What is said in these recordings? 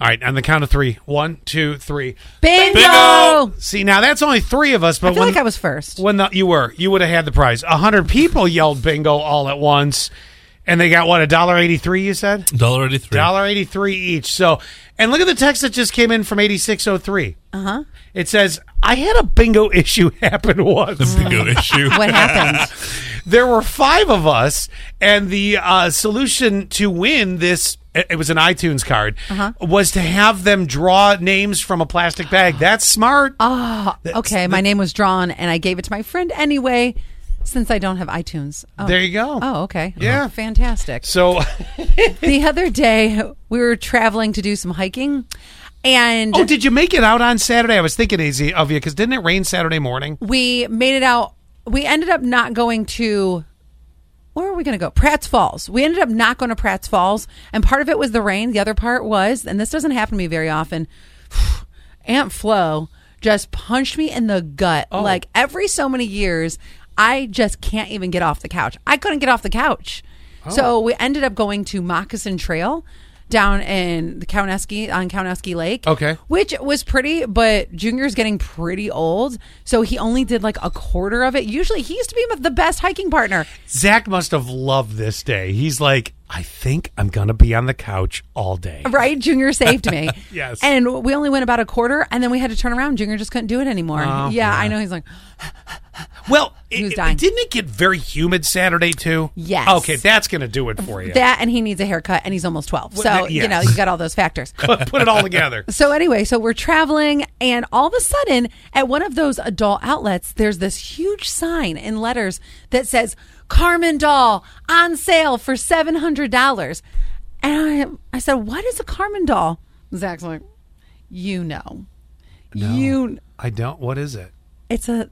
All right, on the count of three. One, two, three. Bingo! See, now that's only three of us, but I feel when like I was first. when the, you were, you would have had the prize. A hundred people yelled bingo all at once, and they got what a dollar eighty three. You said Dollar eighty three. dollar eighty three each. So, and look at the text that just came in from eighty six oh three. Uh Uh-huh. huh. It says, "I had a bingo issue happen once." Bingo issue. What happened? there were five of us, and the uh, solution to win this. it- It was an iTunes card. Uh-huh. Was to have them draw names from a plastic bag. That's smart. Oh. Okay, my name was drawn, and I gave it to my friend anyway, since I don't have iTunes. Oh. There you go. Oh, okay. Yeah. Oh, fantastic. So, the other day, we were traveling to do some hiking, and oh, did you make it out on Saturday? I was thinking easy of you because didn't it rain Saturday morning? we made it out. We ended up not going to. Where are we going to go? Pratt's Falls. We ended up not going to Pratt's Falls, and part of it was the rain. The other part was, and this doesn't happen to me very often. Aunt Flo just punched me in the gut. Like every so many years, I just can't even get off the couch. I couldn't get off the couch. So we ended up going to Moccasin Trail down in the Kauneski on Kauneski Lake. Okay. Which was pretty, but Junior's getting pretty old. So he only did like a quarter of it. Usually he used to be the best hiking partner. Zach must have loved this day. He's like, I think I'm gonna be on the couch all day. Right? Junior saved me. Yes. And we only went about a quarter and then we had to turn around. Junior just couldn't do it anymore. Oh, yeah, I know. He's like, Well, it, was dying. didn't it get very humid Saturday too? Yes. Okay, that's gonna do it for you. that and he needs a haircut and he's almost 12 so that- you know yes. you got all those factors Put it all together. so anyway so we're traveling and all of a sudden at one of those adult outlets there's this huge sign in letters that says carmen doll on sale for $700 and i, I said what is a carmen doll zach's like you know you I don't. What is it? it's a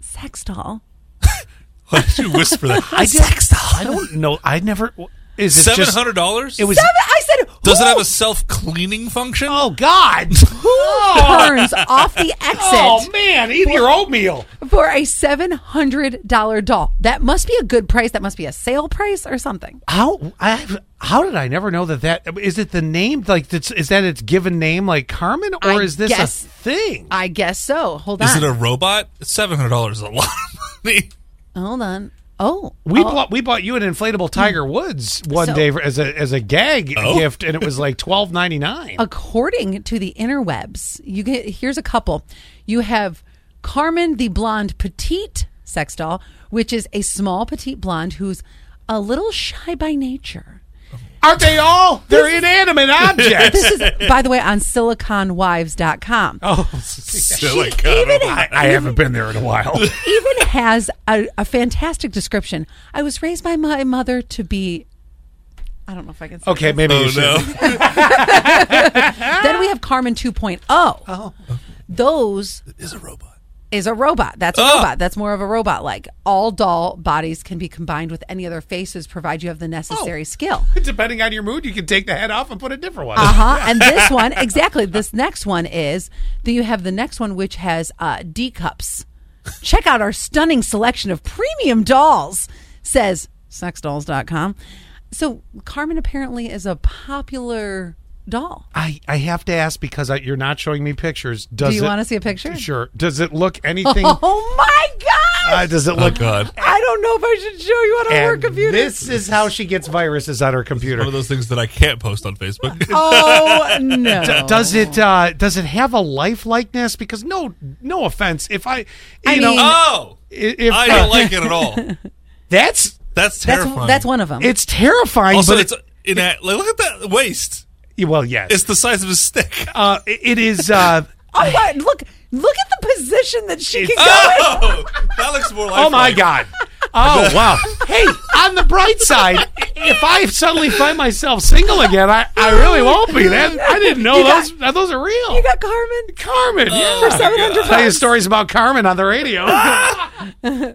sex doll Why did you whisper that? I sex doll. I don't know. I never. Is it Seven just- hundred dollars. It was. i said Does it who have a self cleaning function? Oh God. turns off the exit Oh man, eat your oatmeal. for a seven hundred dollar doll. That must be a good price. That must be a sale price or something. How I how did I never know that that is it the name like that's, is that its given name like Carmen or I is this guess- a thing? I guess so. Hold Is on. it a robot? Seven hundred dollars is a lot of money. Hold on. Oh, We oh, bought we bought you an inflatable Tiger Woods one So- day for, as a as a gag Oh. gift and it was like twelve ninety nine. according to the interwebs. You get here's a couple. You have Carmen the blonde petite sex doll, which is a small petite blonde who's a little shy by nature. Aren't they all? They're inanimate objects. This is, by the way, on siliconwives.com. oh, Silicone. I, I haven't been there in a while. even has a, a fantastic description. I was raised by my mother to be. I don't know if I can say. Okay, maybe you Oh should. no! Then we have Carmen 2.0. Oh. Those Is a robot. is a robot. That's a Oh. Ah. robot. That's more of a robot. Like all doll bodies can be combined with any other faces, provided you have the necessary Oh. skill. Depending on your mood, you can take the head off and put a different one. Uh huh. and this one, exactly. This next one is. Then you have the next one, which has uh, D cups. Check out our stunning selection of premium dolls, says sexdolls.com. So Carmen apparently is a popular doll. I, I have to ask because I, you're not showing me pictures. Does you it- wanna see a picture? Sure. Does it look anything? Oh my God! uh, does it Oh look? god! I don't know if I should show you on our And work computer. this is how she gets viruses on her computer. One of those things that I can't post on Facebook. oh no! D- Does it Oh. uh, does it have a life likeness? Because no no offense, if I you I know mean- oh, i- if I uh, don't like it at all. that's That's That's terrifying. that's one of them. it's terrifying. Also, but it's in that. Like, look at that waist. it- well yes, It's the size of a stick. uh, i- it is. Uh, oh my! Look look at the position that she can It's- go in. Oh, that looks more like. oh my god. Oh wow! Hey, on the bright side, i- if I suddenly find myself single again, I, I really won't be. That I didn't know You got- those those are real. You got Carmen. Carmen. yeah. For 700 Tell you bucks. stories about Carmen on the radio.